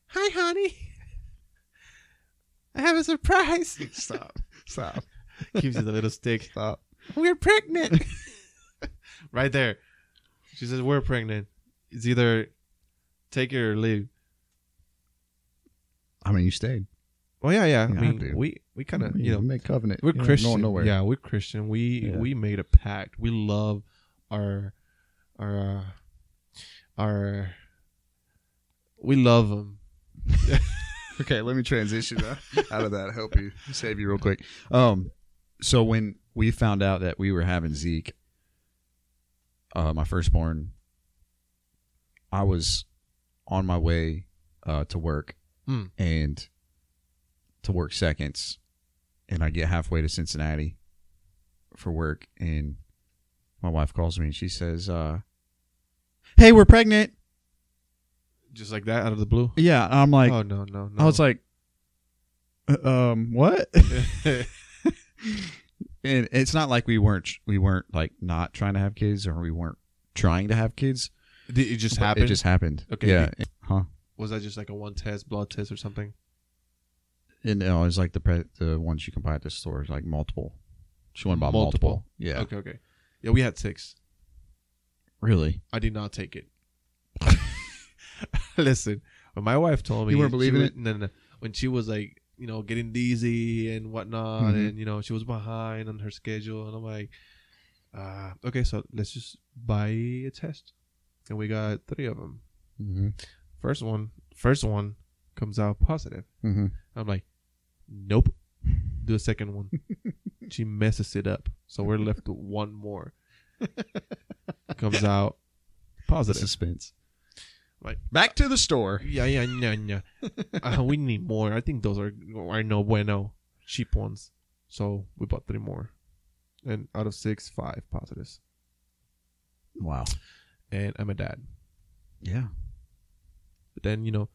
D: Hi, honey. I have a surprise.
A: Stop. Stop.
D: Gives you the little stick.
A: Stop.
D: We're pregnant. right there. She says, We're pregnant. It's either take it or leave.
A: I mean, you stayed.
D: Oh yeah, yeah.
A: Yeah,
D: I mean,
A: dude.
D: we we kind of
A: You,
D: you know
A: make covenant.
D: we're
A: You know,
D: Christian.
A: Going nowhere.
D: Yeah, we're Christian. We
A: Yeah.
D: we made a pact. We love our our uh, our we love them.
A: Okay, let me transition out out of that. Help you save you real quick. Um, so when we found out that we were having Zeke, uh, my firstborn, I was on my way uh, to work
D: Mm.
A: and to work seconds, and I get halfway to Cincinnati for work, and my wife calls me and she says, uh, "Hey, we're pregnant."
D: Just like that out of the blue.
A: Yeah, and I'm like,
D: oh no no no!
A: I was like, "Uh, um, what? and it's not like we weren't we weren't like not trying to have kids or we weren't trying to have kids.
D: Did it just
A: but
D: happened.
A: It just happened.
D: Okay.
A: Yeah. huh.
D: was that just like a one test, blood test, or something?
A: And you know, it's like the pre- the ones you can buy at the store, like multiple. She went about multiple.
D: Multiple.
A: Yeah.
D: Okay okay. Yeah, we had six.
A: Really?
D: I did not take it. Listen, when my wife told me,
A: You weren't
D: she
A: believing
D: was-
A: it?
D: No, no, no. When she was like, you know, getting dizzy and whatnot,
A: Mhm.
D: and you know, she was behind on her schedule, and I'm like, uh, okay, so let's just buy a test, and we got three of them.
A: Mm-hmm.
D: First one, first one comes out positive.
A: Mm-hmm.
D: I'm like, nope. Do a second one. she messes it up, so we're left with one more. comes out
A: The
D: positive.
A: suspense.
D: Like,
A: Back to the store.
D: Yeah, yeah, yeah, yeah. uh, we need more. I think those are are no bueno, cheap ones. So we bought three more, and out of six, five positives.
A: Wow.
D: And I'm a dad.
A: Yeah.
D: But then you know,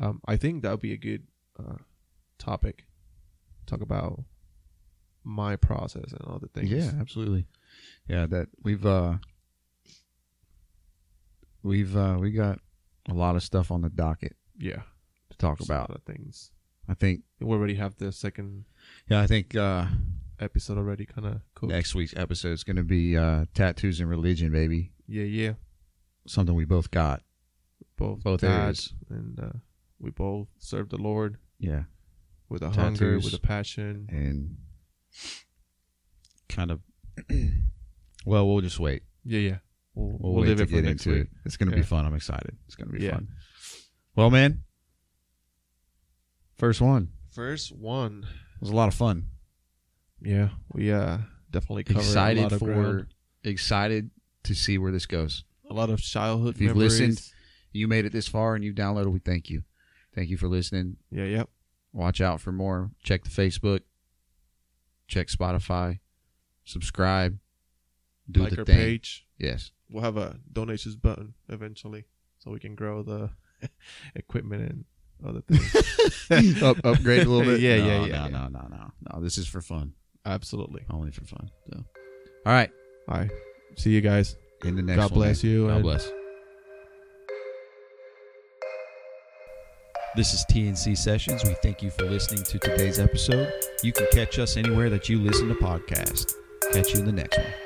D: um, I think that would be a good uh, topic. Talk about my process and all the things.
A: Yeah, absolutely. Yeah, that we've uh we've uh we got a lot of stuff on the docket
D: yeah.
A: to talk
D: Just a
A: about.
D: lot of things.
A: I think
D: We already have the second
A: yeah, I think uh
D: episode already, kind of cooked.
A: next week's episode is going to be uh tattoos and religion, baby.
D: Yeah, yeah.
A: Something we both got.
D: Both
A: Both
D: dads
A: areas.
D: and uh, we both serve the Lord
A: Yeah.
D: with a hunger,
A: Tattoos.
D: with a passion.
A: And kind of well, we'll just wait.
D: Yeah, yeah. We'll,
A: We'll,
D: we'll,
A: wait
D: leave
A: to
D: it for
A: get
D: next
A: into
D: week.
A: it. It's going to
D: Yeah.
A: be fun. I'm excited. It's going to be
D: Yeah.
A: fun. Well, man. First one.
D: First one.
A: It was a lot of fun.
D: Yeah, we uh definitely covered a
A: excited
D: lot of
A: for
D: ground.
A: excited to see where this goes.
D: a lot of childhood.
A: If you've
D: memories.
A: listened- You made it this far and you downloaded. We thank you. Thank you for listening.
D: yeah, yep.
A: Watch out for more. Check the Facebook. Check Spotify. Subscribe. Do
D: like
A: the
D: our
A: thing.
D: page.
A: Yes.
D: We'll have a donations button eventually, so we can grow the equipment and other things.
A: Up, upgrade a little bit.
D: Yeah,
A: no,
D: yeah,
A: no,
D: yeah,
A: No, no, no, no, no. This is for fun.
D: Absolutely.
A: Only for fun. So, all right.
D: All right. See you guys.
A: In the next.
D: God
A: one, man.
D: bless you.
A: God
D: and-
A: bless.
C: This is TNC Sessions. We thank you for listening to today's episode. You can catch us anywhere that you listen to podcasts. Catch you in the next one.